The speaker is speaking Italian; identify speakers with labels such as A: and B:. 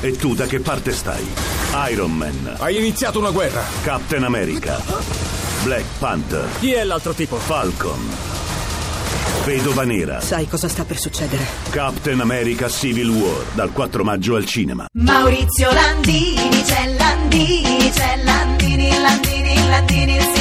A: E tu da che parte stai? Iron Man,
B: Hai iniziato una guerra.
A: Captain America, Black Panther,
C: Chi è l'altro tipo?
A: Falcon, Vedova Nera,
D: Sai cosa sta per succedere?
A: Captain America Civil War, dal 4 maggio al cinema.
E: Maurizio Landini, c'è Landini, c'è Landini, Landini, Landini, il